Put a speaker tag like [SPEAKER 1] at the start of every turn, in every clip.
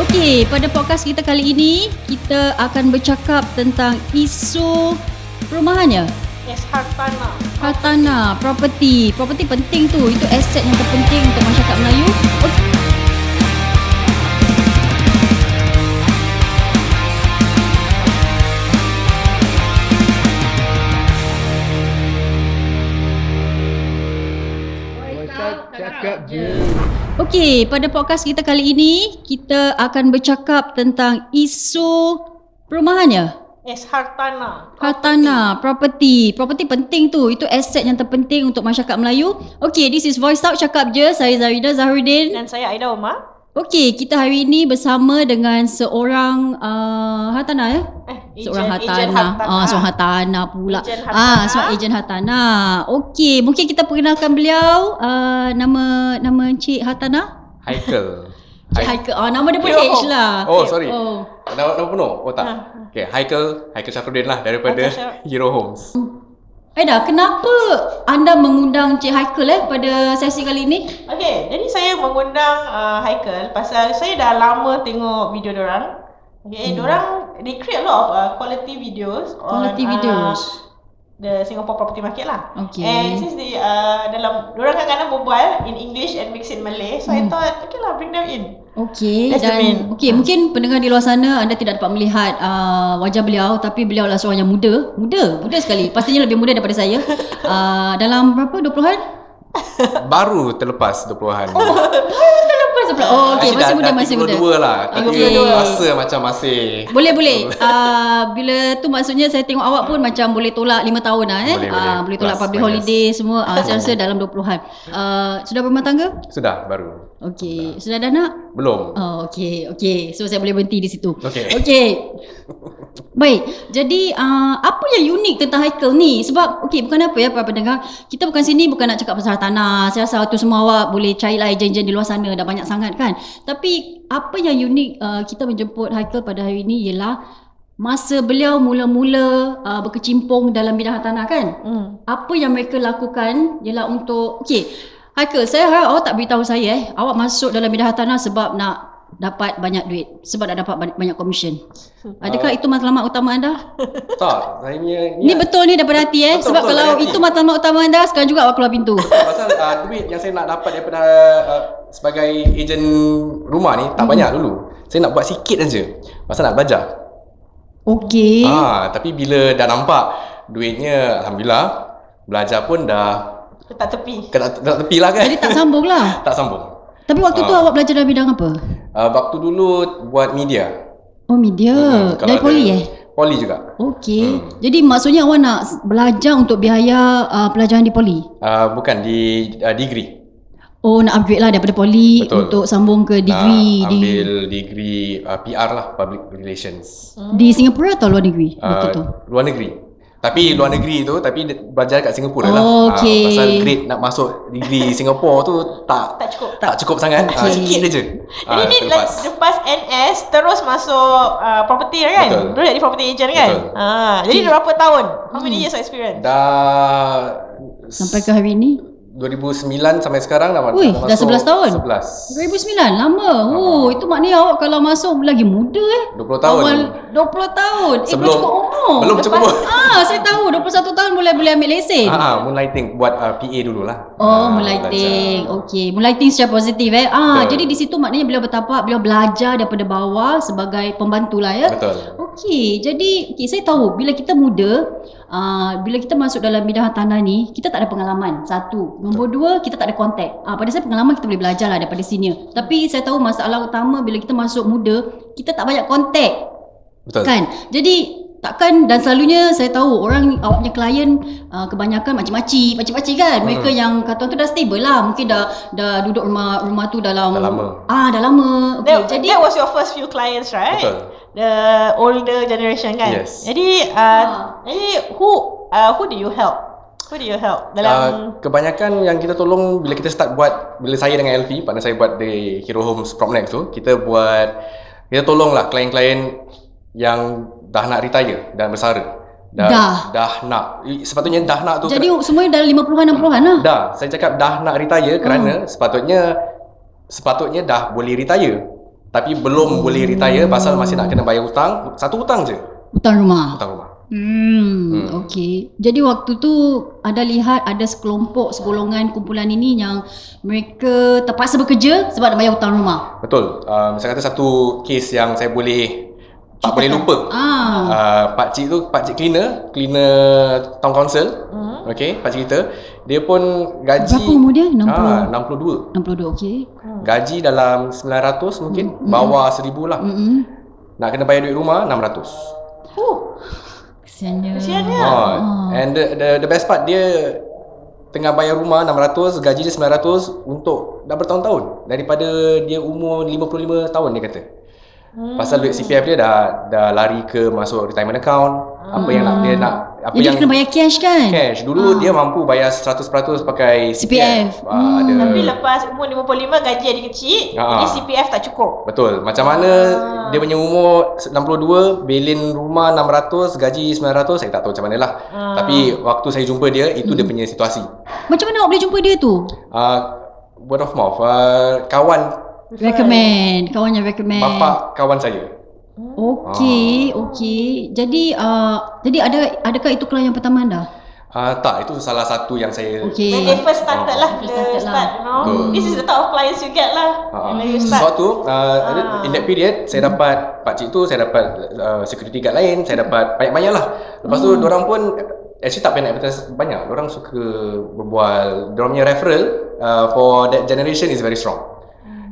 [SPEAKER 1] Okey, pada podcast kita kali ini kita akan bercakap tentang isu perumahan ya.
[SPEAKER 2] Yes, hartanah.
[SPEAKER 1] Hartanah, property. Property penting tu. Itu aset yang terpenting untuk masyarakat Melayu. Okey.
[SPEAKER 3] Boycott cakap je.
[SPEAKER 1] Okey, pada podcast kita kali ini kita akan bercakap tentang isu perumahan ya.
[SPEAKER 2] Yes, hartanah.
[SPEAKER 1] Hartanah, property. Property penting tu. Itu aset yang terpenting untuk masyarakat Melayu. Okey, this is Voice Out Cakap Je. Saya Zarida Zahrudin.
[SPEAKER 2] Dan saya Aida Omar.
[SPEAKER 1] Okey, kita hari ini bersama dengan seorang uh, hartanah ya?
[SPEAKER 2] Eh,
[SPEAKER 1] Seorang
[SPEAKER 2] ejen
[SPEAKER 1] hartanah. Ah, seorang hartanah pula.
[SPEAKER 2] Ejen
[SPEAKER 1] Ah,
[SPEAKER 2] hartanah.
[SPEAKER 1] seorang ejen hartanah. Okey, mungkin kita perkenalkan beliau. Uh, nama nama Encik Hartanah.
[SPEAKER 4] Haikal.
[SPEAKER 1] Encik
[SPEAKER 4] Hai-
[SPEAKER 1] Haikal. Ah, nama dia pun
[SPEAKER 2] Yo.
[SPEAKER 1] H lah.
[SPEAKER 4] Oh, sorry.
[SPEAKER 1] Oh.
[SPEAKER 4] Nama, nama penuh? Oh tak.
[SPEAKER 2] Ha.
[SPEAKER 4] Okay, Haikal, Haikal Syafruddin lah daripada
[SPEAKER 2] Haikal Syaf-
[SPEAKER 4] Hero Homes.
[SPEAKER 1] Aida, kenapa anda mengundang Encik Haikal eh pada sesi kali ini?
[SPEAKER 2] Okay, jadi saya mengundang uh, Haikal pasal saya dah lama tengok video dorang. Okay, hmm. dorang they create a lot of uh, quality videos
[SPEAKER 1] Quality
[SPEAKER 2] on,
[SPEAKER 1] videos.
[SPEAKER 2] Uh, the Singapore property market lah.
[SPEAKER 1] Okay.
[SPEAKER 2] And since they uh, dalam dorang kadang-kadang berbual in English and mix in Malay, so I
[SPEAKER 1] Hmm.
[SPEAKER 2] thought okay lah bring them in.
[SPEAKER 1] Okey
[SPEAKER 2] That's the main.
[SPEAKER 1] dan okey mungkin pendengar di luar sana anda tidak dapat melihat uh, wajah beliau tapi beliau adalah seorang yang muda, muda, muda sekali. Pastinya lebih muda daripada saya. Uh, dalam berapa 20-an?
[SPEAKER 4] Baru terlepas 20-an.
[SPEAKER 1] Lepas sebelah. Oh okey Oh, masih
[SPEAKER 4] Actually, dah-
[SPEAKER 1] muda
[SPEAKER 4] dah
[SPEAKER 1] masih muda. Ah,
[SPEAKER 4] 32 lah. Tapi
[SPEAKER 1] Okey.
[SPEAKER 4] rasa macam masih
[SPEAKER 1] Boleh boleh. Uh, bila tu maksudnya saya tengok awak pun macam boleh tolak 5 tahun lah eh.
[SPEAKER 4] Boleh,
[SPEAKER 1] Ah,
[SPEAKER 4] boleh.
[SPEAKER 1] boleh tolak
[SPEAKER 4] Plus,
[SPEAKER 1] public
[SPEAKER 4] minus.
[SPEAKER 1] holiday semua. Uh, saya rasa dalam 20-an. Uh, sudah berumah tangga?
[SPEAKER 4] Sudah baru.
[SPEAKER 1] Okey. Sudah ada anak?
[SPEAKER 4] Belum.
[SPEAKER 1] Oh okey okey. So saya boleh berhenti di situ.
[SPEAKER 4] Okey.
[SPEAKER 1] Okey. Baik, jadi uh, apa yang unik tentang Haikal ni? Sebab, okey, bukan apa ya para pendengar Kita bukan sini bukan nak cakap pasal tanah Saya rasa tu semua awak boleh carilah ejen-ejen di luar sana Dah banyak sangat kan Tapi apa yang unik uh, kita menjemput Haikal pada hari ini ialah Masa beliau mula-mula uh, berkecimpung dalam bidang hartanah kan
[SPEAKER 2] Hmm.
[SPEAKER 1] apa yang mereka lakukan ialah untuk okey Haikal saya harap awak tak beritahu saya eh awak masuk dalam bidang hartanah sebab nak dapat banyak duit sebab nak dapat banyak, banyak komisen
[SPEAKER 4] Hmm. Ah.
[SPEAKER 1] adakah itu matlamat utama anda
[SPEAKER 4] Tak, saya punya
[SPEAKER 1] ni betul ni daripada hati eh
[SPEAKER 4] Ya. Betul,
[SPEAKER 1] sebab
[SPEAKER 4] betul,
[SPEAKER 1] kalau
[SPEAKER 4] daripada hati.
[SPEAKER 1] itu matlamat utama anda sekarang juga awak keluar pintu
[SPEAKER 4] Pasal uh, duit yang saya nak dapat daripada uh, sebagai ejen rumah ni
[SPEAKER 1] Hmm.
[SPEAKER 4] tak banyak dulu. Saya nak buat sikit saja. Pasal nak belajar.
[SPEAKER 1] okey
[SPEAKER 4] Ah, tapi bila dah nampak duitnya alhamdulillah belajar pun dah
[SPEAKER 2] Letak tepi.
[SPEAKER 4] kena kena tepi lah kan.
[SPEAKER 1] jadi tak sambung lah
[SPEAKER 4] tak sambung.
[SPEAKER 1] tapi waktu tu
[SPEAKER 4] Ah.
[SPEAKER 1] awak belajar dalam bidang apa
[SPEAKER 4] Uh, waktu dulu buat media.
[SPEAKER 1] oh media
[SPEAKER 4] kalau
[SPEAKER 1] dari
[SPEAKER 4] ada-
[SPEAKER 1] poli eh
[SPEAKER 4] Poli juga.
[SPEAKER 1] Okey.
[SPEAKER 4] Hmm.
[SPEAKER 1] Jadi maksudnya awak nak belajar untuk biaya uh, pelajaran di poli?
[SPEAKER 4] Uh, bukan di uh, degree.
[SPEAKER 1] Oh nak upgrade lah daripada poli
[SPEAKER 4] Betul.
[SPEAKER 1] untuk sambung ke degree
[SPEAKER 4] Ah,
[SPEAKER 1] di
[SPEAKER 4] ambil degree uh, PR lah, public relations.
[SPEAKER 1] di Singapura atau luar negeri waktu Hmm, tu.
[SPEAKER 4] Uh, luar negeri. Tapi luar negeri tu tapi dia belajar kat Singapura lah.
[SPEAKER 1] Oh,
[SPEAKER 4] Ah,
[SPEAKER 1] okey.
[SPEAKER 4] pasal grade nak masuk degree Singapura tu
[SPEAKER 2] Tak
[SPEAKER 4] tak
[SPEAKER 2] lah cukup.
[SPEAKER 4] tak cukup sangat. Ah,
[SPEAKER 1] Okey.
[SPEAKER 4] sikit dia je. Ah,
[SPEAKER 2] Jadi ni lepas. lepas NS terus masuk uh, property lah kan?
[SPEAKER 4] Betul.
[SPEAKER 2] Dulu jadi property agent kan?
[SPEAKER 4] Betul. Hmm.
[SPEAKER 2] Ah, jadi
[SPEAKER 1] Okay.
[SPEAKER 2] berapa tahun? How many years of experience?
[SPEAKER 4] Dah
[SPEAKER 1] Sampai ke hari ini
[SPEAKER 4] 2009 sampai sekarang dah
[SPEAKER 1] Ui, dah 11 tahun?
[SPEAKER 4] 11
[SPEAKER 1] 2009 lama. Oh, itu maknanya awak kalau masuk lagi muda eh.
[SPEAKER 4] 20 tahun
[SPEAKER 1] Awal 20 tahun. Eh, belum
[SPEAKER 4] Sebelum-
[SPEAKER 1] cukup umur.
[SPEAKER 4] belum cukup umur.
[SPEAKER 1] Ah, saya tahu 21 tahun boleh boleh ambil lesen.
[SPEAKER 4] Ah, ah, moonlighting buat uh, PA dululah.
[SPEAKER 1] Oh,
[SPEAKER 4] Ah,
[SPEAKER 1] mulai ting.
[SPEAKER 4] belajar.
[SPEAKER 1] Okey, mulai ting secara positif eh. Ah,
[SPEAKER 4] Betul.
[SPEAKER 1] jadi di situ maknanya beliau bertapak, beliau belajar daripada bawah sebagai pembantu lah ya.
[SPEAKER 4] Betul.
[SPEAKER 1] Okey, jadi okay, saya tahu bila kita muda, uh, bila kita masuk dalam bidang hartanah ni, kita tak ada pengalaman. Satu. Nombor dua, kita tak ada kontak. Uh, pada saya pengalaman kita boleh belajar lah daripada senior. Tapi saya tahu masalah utama bila kita masuk muda, kita tak banyak kontak.
[SPEAKER 4] Betul.
[SPEAKER 1] Kan? Jadi takkan dan selalunya saya tahu orang awak punya klien uh, kebanyakan makcik-makcik, makcik-makcik kan. Mereka
[SPEAKER 4] Hmm.
[SPEAKER 1] yang kata tu dah stable lah. Mungkin dah dah duduk rumah rumah tu dalam
[SPEAKER 4] Dah lama.
[SPEAKER 1] Ah, dah lama.
[SPEAKER 2] That,
[SPEAKER 1] Okey, jadi
[SPEAKER 2] that was your first few clients,
[SPEAKER 1] Eh,
[SPEAKER 2] right?
[SPEAKER 4] Betul.
[SPEAKER 2] The older generation kan?
[SPEAKER 4] Yes.
[SPEAKER 2] Jadi,
[SPEAKER 1] Ah.
[SPEAKER 2] uh, jadi who uh, who do you help? Who do you help dalam
[SPEAKER 4] Uh, kebanyakan yang kita tolong bila kita start buat bila saya dengan LV partner saya buat di Hero Homes Propnex tu kita buat kita tolonglah klien-klien yang dah nak retire dan bersara
[SPEAKER 1] Dah.
[SPEAKER 4] dah nak Eh, sepatutnya dah nak tu kan?
[SPEAKER 1] Jadi semuanya dalam 50-an 60-an lah.
[SPEAKER 4] Dah,
[SPEAKER 1] Hmm.
[SPEAKER 4] saya cakap dah nak retire kerana sepatutnya sepatutnya dah boleh retire. tapi belum boleh retire pasal masih nak kena bayar hutang satu hutang je
[SPEAKER 1] Hutang rumah.
[SPEAKER 4] hutang rumah
[SPEAKER 1] Hmm,
[SPEAKER 4] Hmm.
[SPEAKER 1] okey. Jadi waktu tu ada lihat ada sekelompok segolongan kumpulan ini yang mereka terpaksa bekerja sebab nak bayar hutang rumah.
[SPEAKER 4] betul um, saya kata satu kes yang saya boleh tak boleh lupa
[SPEAKER 1] Ah.
[SPEAKER 4] uh, pakcik tu pakcik cleaner cleaner town council
[SPEAKER 2] Hmm.
[SPEAKER 4] Okay, pakcik kita dia pun
[SPEAKER 1] Berapa
[SPEAKER 4] gaji
[SPEAKER 1] umur dia?
[SPEAKER 4] ah,
[SPEAKER 1] 60.
[SPEAKER 4] 62
[SPEAKER 1] 62 okey.
[SPEAKER 2] Hmm.
[SPEAKER 4] gaji dalam 900 mungkin
[SPEAKER 1] Mm.
[SPEAKER 4] bawah 1000 lah
[SPEAKER 1] Mm-mm.
[SPEAKER 4] nak kena bayar duit rumah 600
[SPEAKER 2] Huh.
[SPEAKER 1] Kesiannya.
[SPEAKER 2] Kesiannya.
[SPEAKER 4] Ah. And the, the the best part dia tengah bayar rumah 600, gaji dia 900 untuk dah bertahun-tahun daripada dia umur 55 tahun dia kata.
[SPEAKER 2] Hmm.
[SPEAKER 4] Pasal duit CPF dia dah dah lari ke masuk retirement account, apa yang nak dia nak apa
[SPEAKER 1] Hmm. Jadi
[SPEAKER 4] yang
[SPEAKER 1] kena bayar cash kan?
[SPEAKER 4] cash. Dulu dia mampu bayar 100% pakai
[SPEAKER 1] CPF. Hmm.
[SPEAKER 4] CPF. Ah, ada
[SPEAKER 2] Tapi lah- lepas umur 55 gaji adik kecil,
[SPEAKER 4] Ha.
[SPEAKER 2] jadi CPF tak cukup.
[SPEAKER 4] Betul. Macam mana
[SPEAKER 2] Ah.
[SPEAKER 4] dia punya umur 62, bilin rumah 600, gaji 900, saya tak tahu macam mana lah.
[SPEAKER 2] Ah.
[SPEAKER 4] Tapi waktu saya jumpa dia, itu dia punya situasi.
[SPEAKER 1] Macam mana awak boleh jumpa dia tu?
[SPEAKER 4] Uh, word of mouth. Uh, kawan
[SPEAKER 1] Recommend. Kawan yang recommend.
[SPEAKER 4] bapa kawan saya.
[SPEAKER 1] Okey,
[SPEAKER 4] Ah.
[SPEAKER 1] okey. Jadi uh, jadi ada adakah itu klien yang pertama anda?
[SPEAKER 4] Uh, tak, itu salah satu yang saya
[SPEAKER 2] When they
[SPEAKER 1] Okey.
[SPEAKER 2] first started
[SPEAKER 4] Ah.
[SPEAKER 2] lah,
[SPEAKER 1] First
[SPEAKER 2] the
[SPEAKER 1] started
[SPEAKER 2] start,
[SPEAKER 1] lah.
[SPEAKER 2] you know.
[SPEAKER 4] Betul.
[SPEAKER 2] This is the type of clients you get lah.
[SPEAKER 4] Ah,
[SPEAKER 2] When you start.
[SPEAKER 4] sesuatu uh, ada
[SPEAKER 2] Ah.
[SPEAKER 4] in that period saya dapat pak cik tu saya dapat uh, security guard lain saya dapat banyak-banyak lah lepas tu
[SPEAKER 1] Hmm.
[SPEAKER 4] orang pun actually tak payah nak advertise banyak orang suka berbual orang punya referral uh, for that generation is very strong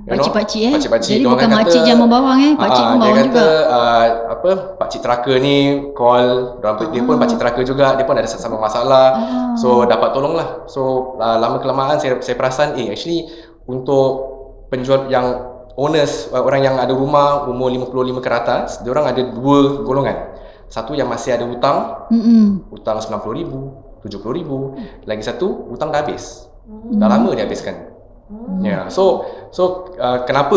[SPEAKER 4] You know?
[SPEAKER 1] Pakcik-pakcik eh.
[SPEAKER 4] Pakcik-pakcik,
[SPEAKER 1] Jadi
[SPEAKER 4] diorang
[SPEAKER 1] bukan
[SPEAKER 4] kata-
[SPEAKER 1] makcik yang membawang eh, pakcik
[SPEAKER 4] Ah,
[SPEAKER 1] pun
[SPEAKER 4] dia
[SPEAKER 1] membawang
[SPEAKER 4] kata
[SPEAKER 1] juga.
[SPEAKER 4] uh, apa pakcik teraka ni call orang dia pun
[SPEAKER 1] Ah.
[SPEAKER 4] pakcik teraka juga dia pun ada sama masalah
[SPEAKER 1] Ah.
[SPEAKER 4] So
[SPEAKER 2] Oh.
[SPEAKER 4] dapat tolong lah. So uh, lama kelamaan saya saya perasan eh actually untuk penjual yang owners uh, orang yang ada rumah umur 55 ke atas, dia orang ada dua golongan. Satu yang masih ada hutang,
[SPEAKER 1] Mm-mm.
[SPEAKER 4] hutang 90,000, 70,000. Lagi satu hutang dah habis.
[SPEAKER 2] Hmm.
[SPEAKER 4] Dah lama dia habiskan.
[SPEAKER 2] Hmm.
[SPEAKER 4] Ya. Yeah. So so uh, kenapa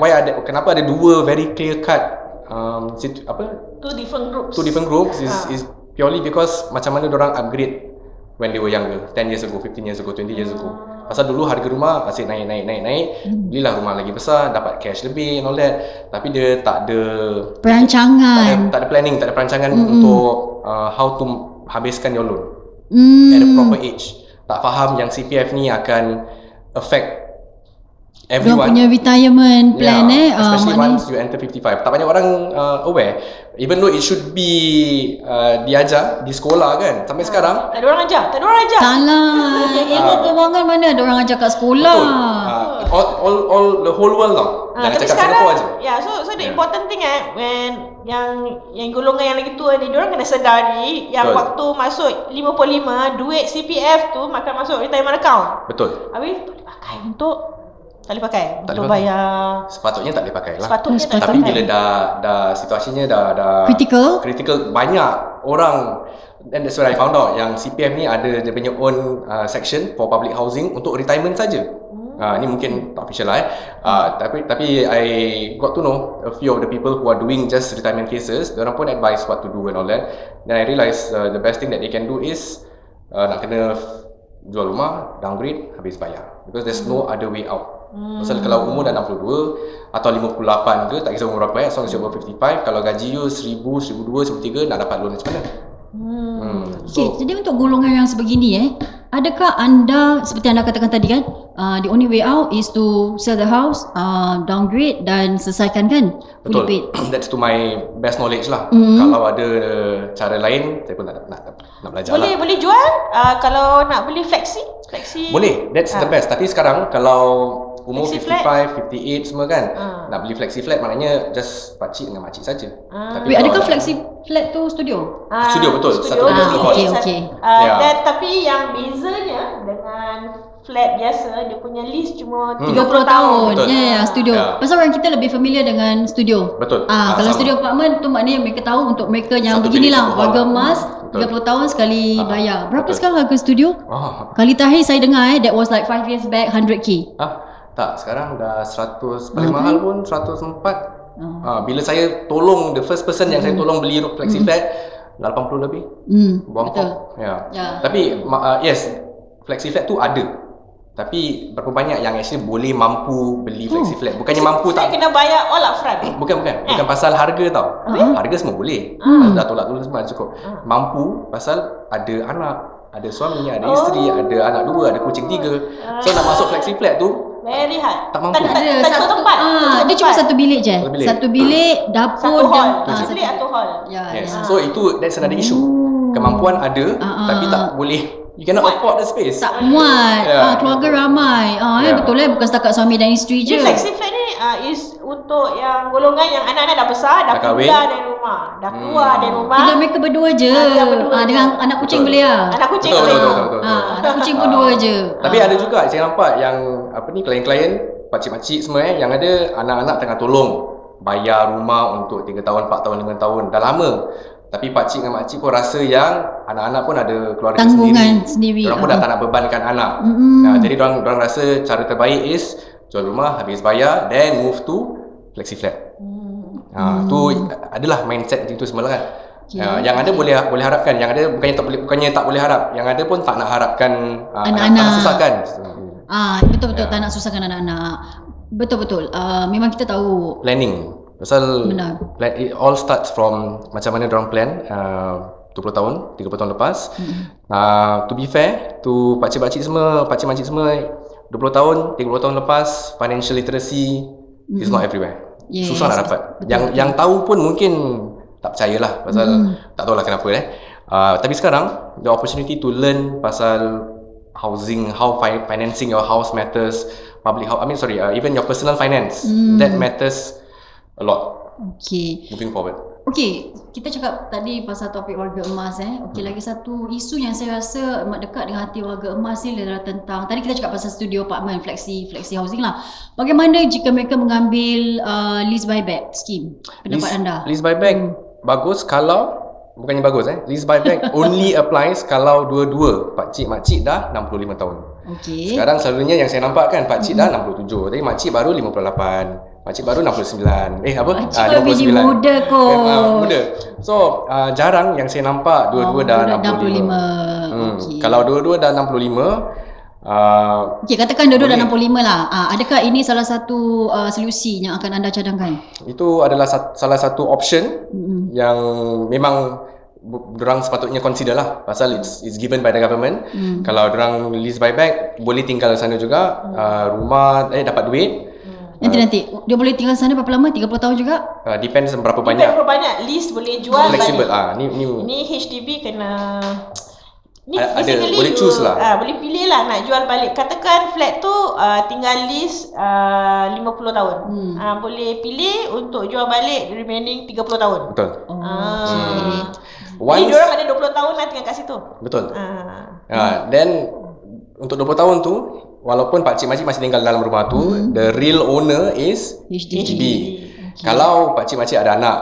[SPEAKER 4] why ada kenapa ada dua very clear cut um, situ, apa
[SPEAKER 2] Two different groups.
[SPEAKER 4] two different groups is
[SPEAKER 2] Ah.
[SPEAKER 4] is purely because macam mana orang upgrade when they were younger 10 years ago 15 years ago 20 years ago
[SPEAKER 1] Ah.
[SPEAKER 4] pasal dulu harga rumah asyik naik naik naik naik
[SPEAKER 1] Hmm.
[SPEAKER 4] belilah rumah lagi besar dapat cash lebih and all that tapi dia tak ada tak ada,
[SPEAKER 1] Perancangan.
[SPEAKER 4] tak ada planning tak ada perancangan
[SPEAKER 1] Mm-mm.
[SPEAKER 4] untuk uh, how to habiskan your loan
[SPEAKER 1] Hmm.
[SPEAKER 4] at a proper age tak faham yang CPF ni akan affect
[SPEAKER 1] Dia
[SPEAKER 4] everyone
[SPEAKER 1] punya retirement plan
[SPEAKER 4] Yeah,
[SPEAKER 1] eh. Ah,
[SPEAKER 4] Especially
[SPEAKER 1] maknanya-
[SPEAKER 4] once you enter 55 Tak banyak orang uh, aware Even though it should be uh, Diajar di sekolah kan
[SPEAKER 2] Ah.
[SPEAKER 4] Sampai sekarang
[SPEAKER 2] Tak ada orang ajar. Tak ada orang ajar.
[SPEAKER 1] Tak lah. Ilmu kewangan mana ada orang ajar kat sekolah.
[SPEAKER 4] Ah. Betul uh, all, all, all The whole world tau
[SPEAKER 2] Ah,
[SPEAKER 4] Jangan
[SPEAKER 2] tapi
[SPEAKER 4] cakap
[SPEAKER 2] sekarang,
[SPEAKER 4] Singapore Ya. je
[SPEAKER 2] yeah, so so the
[SPEAKER 4] Yeah.
[SPEAKER 2] important thing eh, when yang yang golongan yang lagi tua ni, diorang kena sedari yang
[SPEAKER 4] Betul.
[SPEAKER 2] waktu masuk 55, duit CPF tu makan masuk retirement account.
[SPEAKER 4] Betul
[SPEAKER 2] Habis tak boleh pakai untuk tak boleh pakai
[SPEAKER 4] Tak
[SPEAKER 2] untuk
[SPEAKER 4] boleh pakai.
[SPEAKER 2] bayar
[SPEAKER 4] Sepatutnya tak boleh pakai lah
[SPEAKER 2] sepatutnya tak boleh
[SPEAKER 4] Tapi
[SPEAKER 2] pakai.
[SPEAKER 4] bila dah, dah Situasinya dah, dah
[SPEAKER 1] Critical.
[SPEAKER 4] Critical Banyak orang And that's what I found out Yang CPF ni ada Dia punya own uh, section For public housing Untuk retirement saja
[SPEAKER 2] Hmm,
[SPEAKER 4] Ah, ni mungkin tak official lah eh. Ah, tapi tapi I got to know a few of the people who are doing just retirement cases. Diorang pun advise what to do and all that. Then I realise uh, the best thing that they can do is uh, nak kena jual rumah, downgrade, habis bayar. Because there's no other way out.
[SPEAKER 2] Hmm.
[SPEAKER 4] Pasal kalau umur dah 62 atau 58 ke, tak kisah umur berapa eh, as long as you over 55, kalau gaji you 1000, 1200, 1300 nak dapat loan macam mana?
[SPEAKER 2] Hmm.
[SPEAKER 4] Hmm.
[SPEAKER 1] Okey,
[SPEAKER 4] So,
[SPEAKER 1] jadi untuk golongan yang sebegini eh, adakah anda seperti anda katakan tadi kan, uh, the only way out is to sell the house, uh, downgrade dan selesaikan kan? Fully paid.
[SPEAKER 4] betul. That's to my best knowledge lah.
[SPEAKER 1] Hmm.
[SPEAKER 4] Kalau ada cara lain, saya pun nak nak, nak belajar lah.
[SPEAKER 2] Boleh boleh jual ah, kalau nak beli flexi, flexi.
[SPEAKER 4] Boleh, that's the
[SPEAKER 2] Ah.
[SPEAKER 4] best. Tapi sekarang kalau umur
[SPEAKER 2] Flexi
[SPEAKER 4] 55, 58 semua kan,
[SPEAKER 2] Ah.
[SPEAKER 4] nak beli flexi flat maknanya just pakcik dengan makcik saja.
[SPEAKER 2] Ah.
[SPEAKER 1] Wait,
[SPEAKER 4] kalau
[SPEAKER 1] adakah
[SPEAKER 4] dah-
[SPEAKER 1] flexi flat tu studio?
[SPEAKER 2] Ah,
[SPEAKER 4] Studio, betul.
[SPEAKER 2] Studio.
[SPEAKER 4] Satu benda
[SPEAKER 1] tu
[SPEAKER 2] Ah,
[SPEAKER 1] call. Okey,
[SPEAKER 2] satu-
[SPEAKER 1] okey.
[SPEAKER 2] ah,
[SPEAKER 4] Ya.
[SPEAKER 2] dan tapi yang bezanya dengan flat biasa dia punya lease cuma
[SPEAKER 4] Hmm.
[SPEAKER 1] 30
[SPEAKER 2] 30
[SPEAKER 1] tahun.
[SPEAKER 2] tahun.
[SPEAKER 4] Betul.
[SPEAKER 1] Ya, yeah, studio.
[SPEAKER 4] Ya.
[SPEAKER 1] Pasal orang kita lebih familiar dengan studio.
[SPEAKER 4] Betul.
[SPEAKER 1] Ah, kalau
[SPEAKER 4] sama.
[SPEAKER 1] studio apartment tu maknanya mereka tahu untuk mereka yang
[SPEAKER 4] Satu bilik,
[SPEAKER 1] beginilah
[SPEAKER 4] satu
[SPEAKER 1] warga
[SPEAKER 4] hall.
[SPEAKER 1] emas
[SPEAKER 4] Betul.
[SPEAKER 1] 30 tahun sekali
[SPEAKER 4] Ah,
[SPEAKER 1] bayar. Berapa
[SPEAKER 4] betul.
[SPEAKER 1] sekarang harga studio?
[SPEAKER 4] Oh.
[SPEAKER 1] Kali terakhir saya dengar eh that was like 5 years back 100k.
[SPEAKER 4] Ah, tak, sekarang dah 100 paling mahal pun 104.
[SPEAKER 1] Ah.
[SPEAKER 4] Ah, bila saya tolong the first person yang saya
[SPEAKER 1] Mm-hmm.
[SPEAKER 4] tolong beli flexi flat 80 lebih.
[SPEAKER 1] Hmm.
[SPEAKER 4] Buangkok.
[SPEAKER 1] Betul.
[SPEAKER 4] Ya.
[SPEAKER 1] Ya.
[SPEAKER 4] Tapi ma- uh, yes, flexi flat tu ada. Tapi berapa banyak yang actually boleh mampu beli
[SPEAKER 1] Oh.
[SPEAKER 4] flexi flat? Bukannya mampu
[SPEAKER 2] Saya
[SPEAKER 4] tak
[SPEAKER 2] kena bayar all up front.
[SPEAKER 4] Bukan bukan. Bukan pasal harga tau.
[SPEAKER 1] Ah.
[SPEAKER 4] Harga semua boleh.
[SPEAKER 1] Eh. Hmm.
[SPEAKER 4] Dah tolak dulu semua cukup.
[SPEAKER 2] Ah.
[SPEAKER 4] Mampu pasal ada anak, ada suami, ada
[SPEAKER 2] Oh.
[SPEAKER 4] isteri, ada anak dua, ada kucing tiga. So nak masuk flexi flat tu
[SPEAKER 2] Very hard.
[SPEAKER 4] Tak mampu.
[SPEAKER 2] Tak, tak, tak cukup tempat.
[SPEAKER 1] Ah,
[SPEAKER 2] Tak
[SPEAKER 1] dia cuma satu bilik je.
[SPEAKER 4] Satu bilik.
[SPEAKER 1] Satu bilik, dapur
[SPEAKER 2] satu hall.
[SPEAKER 1] ah,
[SPEAKER 2] Satu
[SPEAKER 1] satu
[SPEAKER 2] bilik atau hall.
[SPEAKER 1] Ya,
[SPEAKER 4] yes.
[SPEAKER 1] ya.
[SPEAKER 4] So itu that's another issue. Kemampuan
[SPEAKER 1] Hmm.
[SPEAKER 4] ada
[SPEAKER 1] Ah,
[SPEAKER 4] tapi
[SPEAKER 1] ah.
[SPEAKER 4] tak boleh you cannot afford the space.
[SPEAKER 1] tak muat.
[SPEAKER 4] Ya.
[SPEAKER 1] Ah, keluarga ramai. Ah, eh,
[SPEAKER 4] Ya.
[SPEAKER 1] betul eh bukan setakat suami dan isteri
[SPEAKER 2] Jadi
[SPEAKER 1] je.
[SPEAKER 2] flexi flat ni uh, is untuk yang golongan yang anak-anak dah besar, dah
[SPEAKER 4] Dah kahwin.
[SPEAKER 2] keluar dari rumah. Dah
[SPEAKER 4] Hmm.
[SPEAKER 2] keluar dari rumah.
[SPEAKER 1] Tinggal mereka berdua je.
[SPEAKER 2] Ah, tinggal berdua
[SPEAKER 1] Ah,
[SPEAKER 2] je.
[SPEAKER 1] dengan anak kucing
[SPEAKER 4] Betul.
[SPEAKER 1] boleh ah.
[SPEAKER 2] Anak kucing
[SPEAKER 4] Betul,
[SPEAKER 2] boleh.
[SPEAKER 4] betul, betul, betul.
[SPEAKER 1] Ah, anak kucing berdua
[SPEAKER 4] Ah.
[SPEAKER 1] je.
[SPEAKER 4] Tapi
[SPEAKER 1] Ah.
[SPEAKER 4] ada juga saya nampak yang apa ni klien-klien pakcik-pakcik semua eh yang ada anak-anak tengah tolong bayar rumah untuk 3 tahun, 4 tahun, 5 tahun. Dah lama. Tapi pakcik dengan makcik pun rasa yang anak-anak pun ada keluarga
[SPEAKER 1] tanggungan
[SPEAKER 4] sendiri.
[SPEAKER 1] sendiri. ah,
[SPEAKER 4] Orang pun dah tak nak bebankan anak.
[SPEAKER 1] Mm-mm.
[SPEAKER 4] Nah, jadi orang orang rasa cara terbaik is jual rumah habis bayar then move to flexi flat.
[SPEAKER 1] Hmm.
[SPEAKER 4] Ha, tu adalah mindset macam tu semua lah kan.
[SPEAKER 1] Okay.
[SPEAKER 4] Uh, yang ada boleh boleh harapkan, yang ada bukannya tak boleh bukannya tak boleh harap, yang ada pun tak nak harapkan uh,
[SPEAKER 1] Anak-anak.
[SPEAKER 4] anak susahkan.
[SPEAKER 1] Ah, betul betul
[SPEAKER 4] Ya.
[SPEAKER 1] tak nak susahkan anak-anak. Betul betul. Ah, memang kita tahu.
[SPEAKER 4] Planning. Pasal
[SPEAKER 1] Benar.
[SPEAKER 4] plan, it all starts from macam mana orang plan uh, 20 tahun, 30 tahun lepas.
[SPEAKER 1] Mm.
[SPEAKER 4] Uh, to be fair, to pakcik-pakcik semua, pakcik-makcik semua 20 tahun, 30 tahun lepas financial literacy mm. is
[SPEAKER 1] Mm-mm.
[SPEAKER 4] not everywhere.
[SPEAKER 1] Yes.
[SPEAKER 4] Susah nak dapat.
[SPEAKER 1] Betul.
[SPEAKER 4] Yang yang tahu pun mungkin tak percayalah pasal
[SPEAKER 1] Mm.
[SPEAKER 4] tak tahulah kenapa eh. Uh, tapi sekarang the opportunity to learn pasal housing, how fi- financing your house matters, public house, I mean sorry, uh, even your personal finance
[SPEAKER 1] Mm.
[SPEAKER 4] that matters a lot
[SPEAKER 1] Okey.
[SPEAKER 4] moving forward.
[SPEAKER 1] Okey, kita cakap tadi pasal topik warga emas eh.
[SPEAKER 4] Hmm.
[SPEAKER 1] Okey, lagi satu isu yang saya rasa amat dekat dengan hati warga emas ni adalah tentang tadi kita cakap pasal studio apartment, flexi flexi housing lah. Bagaimana jika mereka mengambil uh, lease buyback scheme? Pendapat
[SPEAKER 4] lease,
[SPEAKER 1] anda?
[SPEAKER 4] Lease buyback hmm. bagus kalau bukannya bagus eh. Lease buyback only applies kalau dua-dua pakcik makcik dah 65 tahun.
[SPEAKER 1] Okey.
[SPEAKER 4] Sekarang selalunya yang saya nampak kan pakcik
[SPEAKER 1] Hmm.
[SPEAKER 4] dah 67, tapi makcik baru 58. Makcik baru 69. Eh apa?
[SPEAKER 1] Pakcik baru biji Ah, muda kot.
[SPEAKER 4] Kan, ah, muda. So, ah, jarang yang saya nampak
[SPEAKER 1] Oh,
[SPEAKER 4] dua-dua dah
[SPEAKER 1] 65.
[SPEAKER 4] 65. Hmm.
[SPEAKER 1] Okey.
[SPEAKER 4] Kalau dua-dua dah 65, ah,
[SPEAKER 1] Okey, katakan dua-dua dah
[SPEAKER 4] Boleh.
[SPEAKER 1] 65 lah. Ah, adakah ini salah satu uh, solusi yang akan anda cadangkan?
[SPEAKER 4] itu adalah sat- salah satu option
[SPEAKER 1] Mm-mm.
[SPEAKER 4] yang memang bu- dorang sepatutnya consider lah pasal it's, it's given by the government
[SPEAKER 1] Hmm.
[SPEAKER 4] kalau dorang lease buyback boleh tinggal sana juga uh, rumah eh dapat duit
[SPEAKER 1] Nanti
[SPEAKER 4] Ah.
[SPEAKER 1] nanti dia boleh tinggal sana berapa lama? 30 tahun juga?
[SPEAKER 4] uh, depends on berapa
[SPEAKER 2] Banyak.
[SPEAKER 4] banyak
[SPEAKER 2] banyak. Lease boleh jual.
[SPEAKER 4] flexible
[SPEAKER 2] balik.
[SPEAKER 4] ah ni ni
[SPEAKER 2] Ni HDB kena Ni
[SPEAKER 4] Ada- ada,
[SPEAKER 2] basically
[SPEAKER 4] boleh
[SPEAKER 2] you-
[SPEAKER 4] choose lah.
[SPEAKER 2] Ah, boleh pilih lah nak jual balik. Katakan flat tu ah, tinggal lease ah, 50 tahun.
[SPEAKER 1] Hmm.
[SPEAKER 2] Ah, boleh pilih untuk jual balik remaining 30 tahun.
[SPEAKER 4] betul
[SPEAKER 1] Oh.
[SPEAKER 2] Ah. Jadi
[SPEAKER 4] Hmm. once
[SPEAKER 2] diorang ada 20 tahun lah tinggal kat situ.
[SPEAKER 4] betul
[SPEAKER 2] Ah.
[SPEAKER 4] Ha, then untuk 20 tahun tu walaupun pak cik makcik masih tinggal dalam rumah tu, the real owner is
[SPEAKER 1] HDB.
[SPEAKER 4] HDB. Kalau pak cik makcik ada anak,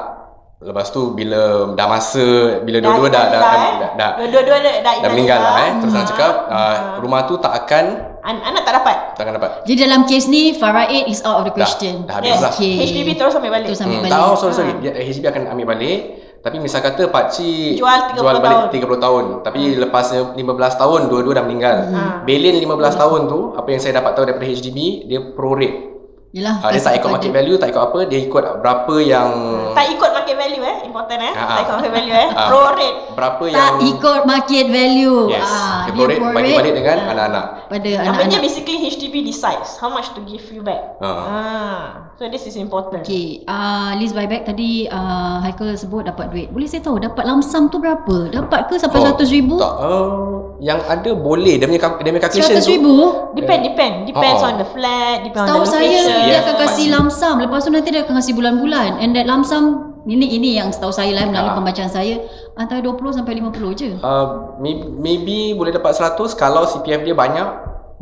[SPEAKER 4] lepas tu bila dah masa bila dua-dua dah dah dah,
[SPEAKER 2] eh.
[SPEAKER 4] dah, dah,
[SPEAKER 2] Dua-dua dah, dah,
[SPEAKER 4] dah meninggal lah eh. Terus nak
[SPEAKER 2] Ah.
[SPEAKER 4] cakap uh, rumah tu tak akan
[SPEAKER 2] An- anak tak dapat.
[SPEAKER 4] tak akan dapat.
[SPEAKER 1] Jadi dalam kes ni Faraid is out of the
[SPEAKER 4] Dah,
[SPEAKER 1] question.
[SPEAKER 4] dah habis lah.
[SPEAKER 1] Okay.
[SPEAKER 2] HDB terus ambil balik.
[SPEAKER 1] Terus ambil
[SPEAKER 4] Hmm,
[SPEAKER 1] balik.
[SPEAKER 4] tahu sorry sorry,
[SPEAKER 2] Ah.
[SPEAKER 4] dia- HDB akan ambil balik. Tapi misal kata pak cik
[SPEAKER 2] Jual 30
[SPEAKER 4] jual balik
[SPEAKER 2] tahun.
[SPEAKER 4] 30 tahun. Tapi lepasnya 15 tahun dua-dua dah meninggal.
[SPEAKER 2] Hmm.
[SPEAKER 4] Bilin 15 tahun tu apa yang saya dapat tahu daripada HDB dia prorate
[SPEAKER 1] Yelah.
[SPEAKER 4] Ah, dia tak
[SPEAKER 1] kasih
[SPEAKER 4] ikut market
[SPEAKER 1] kepada-
[SPEAKER 4] value, tak ikut apa, dia ikut berapa yang
[SPEAKER 2] Tak ikut market value eh. Important eh.
[SPEAKER 4] Ah, ah.
[SPEAKER 2] Tak ikut market value eh.
[SPEAKER 4] Ah.
[SPEAKER 2] Pro rate.
[SPEAKER 4] berapa
[SPEAKER 1] Tak
[SPEAKER 4] yang
[SPEAKER 1] ikut market value.
[SPEAKER 4] Yes.
[SPEAKER 1] Ah,
[SPEAKER 4] dia prorate bagi balik dengan anak-anak.
[SPEAKER 1] pada
[SPEAKER 2] Namanya
[SPEAKER 1] anak-anak.
[SPEAKER 2] basically HDB decides how much to give you back.
[SPEAKER 4] Ah.
[SPEAKER 2] Ah. So this is important.
[SPEAKER 1] Okay, uh, lease buyback tadi uh, Haikal sebut dapat duit. Boleh saya tahu dapat lamsam tu berapa? Dapat ke sampai
[SPEAKER 4] Oh,
[SPEAKER 1] seratus ribu?
[SPEAKER 4] Tak. Uh, yang ada boleh dia punya cal- dia punya calculation
[SPEAKER 1] Seratus
[SPEAKER 4] tu.
[SPEAKER 1] ribu?
[SPEAKER 2] Depend, depend. Depends
[SPEAKER 4] Oh.
[SPEAKER 2] on the flat, depends
[SPEAKER 1] Tahu
[SPEAKER 2] on the
[SPEAKER 1] saya
[SPEAKER 2] location.
[SPEAKER 1] dia
[SPEAKER 4] Yes.
[SPEAKER 1] akan kasih lamsam. Lepas tu nanti dia akan kasih bulan-bulan. And that lamsam ini ini yang setahu saya lah melalui
[SPEAKER 4] Ah.
[SPEAKER 1] pembacaan saya antara 20 sampai 50 je.
[SPEAKER 4] Uh, may- maybe boleh dapat 100 kalau CPF dia banyak.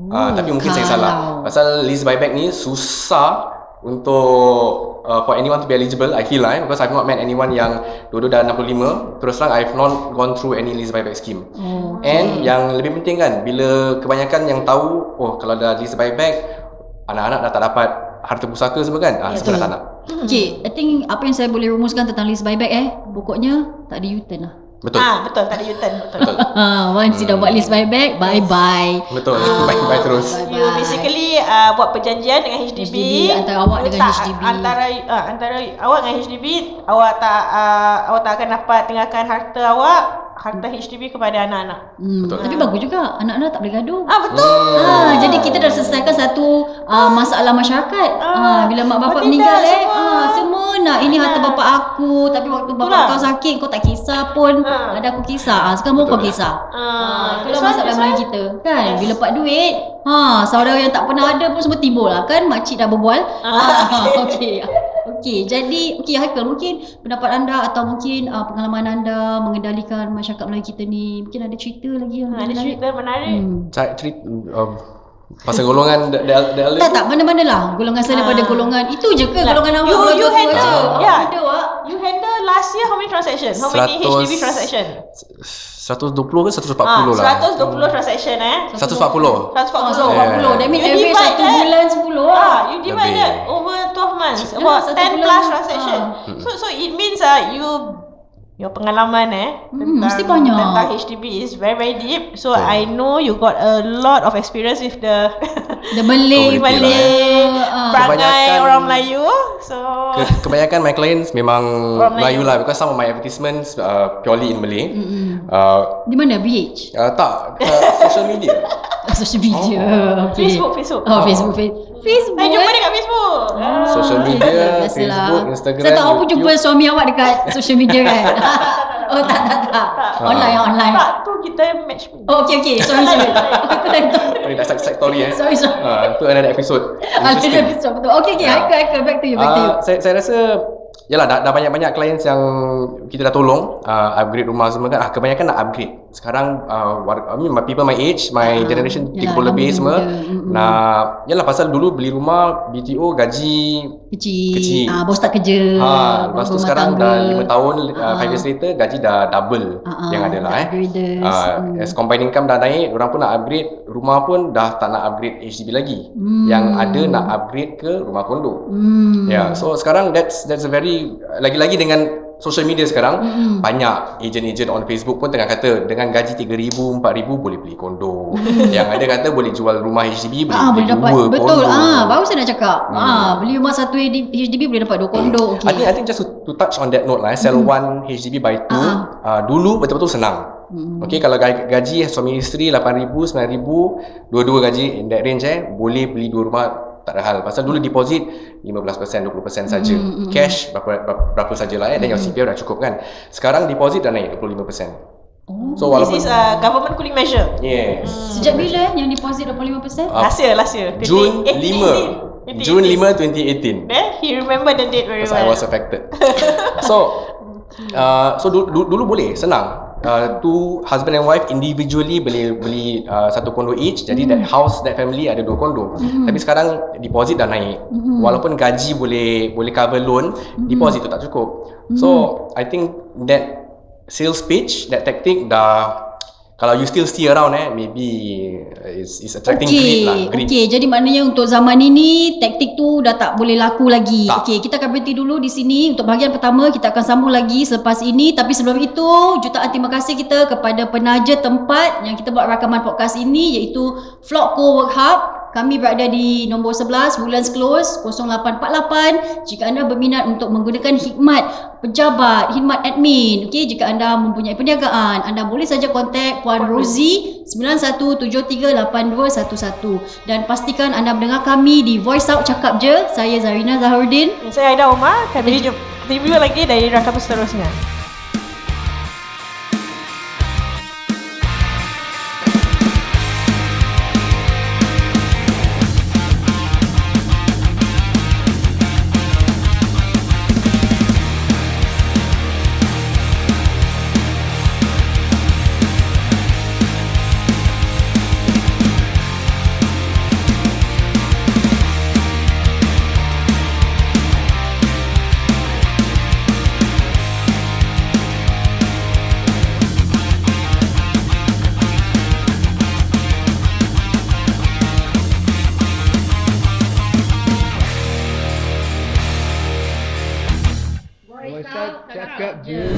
[SPEAKER 1] Oh,
[SPEAKER 4] Uh, tapi mungkin saya
[SPEAKER 1] kalau.
[SPEAKER 4] salah. Pasal lease buyback ni susah untuk uh, for anyone to be eligible I feel lah eh, because I've not met anyone yang dua-dua dah 65 terus terang I've not gone through any lease buyback scheme.
[SPEAKER 1] Oh.
[SPEAKER 4] And yang lebih penting kan bila kebanyakan yang tahu oh kalau dah lease buyback anak-anak dah tak dapat harta pusaka semua kan ah
[SPEAKER 2] Yes.
[SPEAKER 4] sebenarnya tak nak.
[SPEAKER 1] Okay, I think apa yang saya boleh rumuskan tentang lease buyback eh, pokoknya tak ada U-turn lah.
[SPEAKER 4] Betul.
[SPEAKER 2] Ah, betul tak ada U-turn betul.
[SPEAKER 4] Betul.
[SPEAKER 1] Ah, once
[SPEAKER 4] Hmm.
[SPEAKER 1] you dah buat list buyback, bye-bye.
[SPEAKER 4] Betul.
[SPEAKER 1] Ah,
[SPEAKER 4] Bye-bye terus.
[SPEAKER 1] bye-bye.
[SPEAKER 2] You basically uh, buat perjanjian dengan HDB,
[SPEAKER 1] HDB, antara awak
[SPEAKER 2] You
[SPEAKER 1] dengan
[SPEAKER 2] tak-
[SPEAKER 1] HDB.
[SPEAKER 2] Antara uh, antara awak dengan HDB, awak tak uh, awak tak akan dapat tengahkan harta awak, harta HDB kepada anak-anak.
[SPEAKER 1] Hmm,
[SPEAKER 4] Betul.
[SPEAKER 1] tapi bagus juga. Anak-anak tak boleh gaduh.
[SPEAKER 2] Ah betul.
[SPEAKER 1] Ah, jadi kita dah selesaikan satu ah, masalah masyarakat. Ah,
[SPEAKER 2] Ah,
[SPEAKER 1] bila mak bapak
[SPEAKER 2] oh, tidak,
[SPEAKER 1] meninggal eh,
[SPEAKER 2] semua.
[SPEAKER 1] ah, semua nak ini harta
[SPEAKER 2] Ah.
[SPEAKER 1] bapak aku, tapi waktu bapak
[SPEAKER 2] Itulah.
[SPEAKER 1] kau sakit kau tak kisah pun.
[SPEAKER 2] lah. Ah.
[SPEAKER 1] Ada aku kisah. Ah, sekarang pun kau
[SPEAKER 4] Betul.
[SPEAKER 1] kisah. Ah,
[SPEAKER 2] Ah,
[SPEAKER 1] itulah
[SPEAKER 2] that's why-
[SPEAKER 1] masalah
[SPEAKER 2] that's
[SPEAKER 1] Melayu
[SPEAKER 2] why-
[SPEAKER 1] kita kan.
[SPEAKER 2] Yes.
[SPEAKER 1] Bila pak duit, ha, saudara yang tak pernah ada pun semua timbul lah kan. Makcik dah berbual. Ah, okey. Okey, jadi okey Haikal mungkin pendapat anda atau mungkin ah, pengalaman anda mengendalikan masyarakat Melayu kita ni, mungkin ada cerita lagi yang
[SPEAKER 2] Ah, Ada
[SPEAKER 1] menarik?
[SPEAKER 2] cerita menarik.
[SPEAKER 1] Hmm.
[SPEAKER 4] Cak cerita um, pasal golongan the, the, the elder.
[SPEAKER 1] Tak tak mana-mana lah golongan sana
[SPEAKER 2] Ah.
[SPEAKER 1] pada golongan itu je ke
[SPEAKER 2] Lah,
[SPEAKER 1] golongan awak
[SPEAKER 2] you-
[SPEAKER 1] golongan
[SPEAKER 2] you
[SPEAKER 1] tu
[SPEAKER 2] handle.
[SPEAKER 1] je?
[SPEAKER 2] Yeah.
[SPEAKER 1] Ada awak.
[SPEAKER 2] You handle last year how many transactions? How many
[SPEAKER 4] Seratus-
[SPEAKER 2] HDB transaction?
[SPEAKER 4] 120 ke 140
[SPEAKER 2] Ah, 120
[SPEAKER 4] lah.
[SPEAKER 2] transaction eh.
[SPEAKER 4] 140.
[SPEAKER 1] Oh,
[SPEAKER 2] 140.
[SPEAKER 1] so 40. That means average
[SPEAKER 2] You divide
[SPEAKER 1] satu
[SPEAKER 2] that.
[SPEAKER 1] bulan 10 lah.
[SPEAKER 2] Ah, you divide
[SPEAKER 4] Lebih.
[SPEAKER 2] that over 12 months,
[SPEAKER 1] Yalah,
[SPEAKER 2] about
[SPEAKER 1] satu bulan
[SPEAKER 2] 10
[SPEAKER 1] lah.
[SPEAKER 2] plus
[SPEAKER 1] tu.
[SPEAKER 2] transaction.
[SPEAKER 4] Ah.
[SPEAKER 2] So so it means ah you your pengalaman eh
[SPEAKER 1] Hmm, mesti banyak.
[SPEAKER 2] tentang HDB is very very deep. So
[SPEAKER 4] Betul.
[SPEAKER 2] I know you got a lot of experience with the
[SPEAKER 1] The Malay
[SPEAKER 4] Community lah,
[SPEAKER 1] Malay. ah.
[SPEAKER 2] perangai
[SPEAKER 4] Kebanyakan-
[SPEAKER 2] orang Melayu. So
[SPEAKER 4] Ke, kebanyakan my clients memang
[SPEAKER 2] Orang Melayu.
[SPEAKER 4] Melayu lah because some of my advertisements uh, purely in Malay.
[SPEAKER 1] Mm-mm.
[SPEAKER 4] Uh,
[SPEAKER 1] Di mana BH?
[SPEAKER 4] uh, tak, uh, social media.
[SPEAKER 1] Ah, Social media. Okay.
[SPEAKER 2] Facebook Facebook.
[SPEAKER 1] Oh, Facebook. Fa- Facebook.
[SPEAKER 2] Saya jumpa
[SPEAKER 1] eh?
[SPEAKER 2] dekat Facebook. Ah.
[SPEAKER 4] Social
[SPEAKER 1] Okay,
[SPEAKER 4] media,
[SPEAKER 1] biasalah.
[SPEAKER 4] Facebook, Instagram,
[SPEAKER 1] Saya tak awak pun
[SPEAKER 4] YouTube.
[SPEAKER 1] jumpa suami awak dekat social media kan? oh, tak, tak, tak. Online, online.
[SPEAKER 2] Tak tu kita match pun.
[SPEAKER 1] Oh, okay, okay. Sorry, sorry. Aku nanti.
[SPEAKER 4] Ini dah side side story eh.
[SPEAKER 1] Sorry, sorry.
[SPEAKER 4] Ah, tu another episode.
[SPEAKER 1] Ada episode betul. Okay, okay.
[SPEAKER 4] Ah.
[SPEAKER 1] Haikal, Haikal. Back to you, back to you.
[SPEAKER 4] Ah, saya, saya rasa Yalah dah, dah banyak-banyak clients yang kita dah tolong uh, upgrade rumah semua kan ah, kebanyakan nak upgrade sekarang uh, war, I mean, my people my age my
[SPEAKER 1] Ah,
[SPEAKER 4] generation
[SPEAKER 1] yalah,
[SPEAKER 4] 30 lebih
[SPEAKER 1] orang
[SPEAKER 4] semua
[SPEAKER 1] muda-muda. Mm-mm.
[SPEAKER 4] nak yalah pasal dulu beli rumah BTO gaji
[SPEAKER 1] Kecil.
[SPEAKER 4] Kecil.
[SPEAKER 1] Ah, baru start kerja.
[SPEAKER 4] ha lepas tu
[SPEAKER 1] berumah
[SPEAKER 4] sekarang
[SPEAKER 1] tangga.
[SPEAKER 4] dah 5 tahun uh,
[SPEAKER 1] Ah.
[SPEAKER 4] 5 years later gaji dah double
[SPEAKER 1] Ah,
[SPEAKER 4] yang ada lah eh
[SPEAKER 1] upgraders.
[SPEAKER 4] Ah,
[SPEAKER 1] Hmm.
[SPEAKER 4] as combined income dah naik orang pun nak upgrade rumah pun dah tak nak upgrade HDB lagi
[SPEAKER 1] Hmm.
[SPEAKER 4] yang ada nak upgrade ke rumah kondo
[SPEAKER 1] Hmm.
[SPEAKER 4] Ya, yeah, so sekarang that's that's a very lagi-lagi dengan social media sekarang
[SPEAKER 1] Mm-mm.
[SPEAKER 4] banyak ejen-ejen on Facebook pun tengah kata dengan gaji 3000 4000 boleh beli kondo. Yang ada kata boleh jual rumah HDB boleh
[SPEAKER 1] Ah,
[SPEAKER 4] beli
[SPEAKER 1] boleh dapat
[SPEAKER 4] dua
[SPEAKER 1] betul
[SPEAKER 4] kondo.
[SPEAKER 1] ah baru saya nak cakap
[SPEAKER 4] Hmm.
[SPEAKER 1] ah beli rumah satu HDB, HDB boleh dapat dua kondo okey
[SPEAKER 4] I think I think just to, to touch on that note lah, eh, sell one HDB by two.
[SPEAKER 1] Ah,
[SPEAKER 4] Uh, dulu betul-betul senang.
[SPEAKER 1] Hmm.
[SPEAKER 4] Okay, kalau ga- gaji eh, suami isteri 8000 9000 dua-dua gaji in that range eh boleh beli dua rumah tak ada hal pasal dulu deposit 15% 20% saja
[SPEAKER 1] Hmm, hmm,
[SPEAKER 4] cash berapa berapa, berapa sajalah eh dan your CPF dah cukup kan sekarang deposit dah naik 25%
[SPEAKER 1] oh.
[SPEAKER 4] so walaupun
[SPEAKER 2] This is a government cooling measure.
[SPEAKER 4] yes
[SPEAKER 1] sejak bila eh yang deposit 25%
[SPEAKER 4] Ah,
[SPEAKER 2] Last year, last year.
[SPEAKER 4] Jun 5
[SPEAKER 2] 2018.
[SPEAKER 4] Jun 5
[SPEAKER 2] Then
[SPEAKER 4] 2018
[SPEAKER 2] Eh, he remember the date very
[SPEAKER 4] because
[SPEAKER 2] well.
[SPEAKER 4] I was affected so uh, so dulu, dulu boleh senang Uh, two husband and wife individually beli beli uh, satu kondo each jadi that house that family ada dua kondo tapi sekarang deposit dah naik
[SPEAKER 1] Mm.
[SPEAKER 4] walaupun gaji boleh boleh cover loan deposit tu tak cukup so i think that sales pitch that tactic dah kalau you still see around eh maybe uh, is is attracting greed lah greed
[SPEAKER 1] Okey, jadi maknanya untuk zaman ini taktik tu dah tak boleh laku lagi.
[SPEAKER 4] Tak.
[SPEAKER 1] Okey, kita akan berhenti dulu di sini untuk bahagian pertama kita akan sambung lagi selepas ini tapi sebelum itu jutaan terima kasih kita kepada penaja tempat yang kita buat rakaman podcast ini iaitu Flopco Work Hub. Kami berada di nombor 11 Woodlands Close 0848 jika anda berminat untuk menggunakan hikmat pejabat, hikmat admin. Okey, jika anda mempunyai perniagaan, anda boleh saja kontak Puan Rosie 91738211 dan pastikan anda mendengar kami di Voice Out Cakap Je. Saya Zarina Zahuruddin.
[SPEAKER 2] Dan Saya Aida Omar. Kami jumpa. Review lagi dari rakaman seterusnya.
[SPEAKER 3] Voice out, cakap je.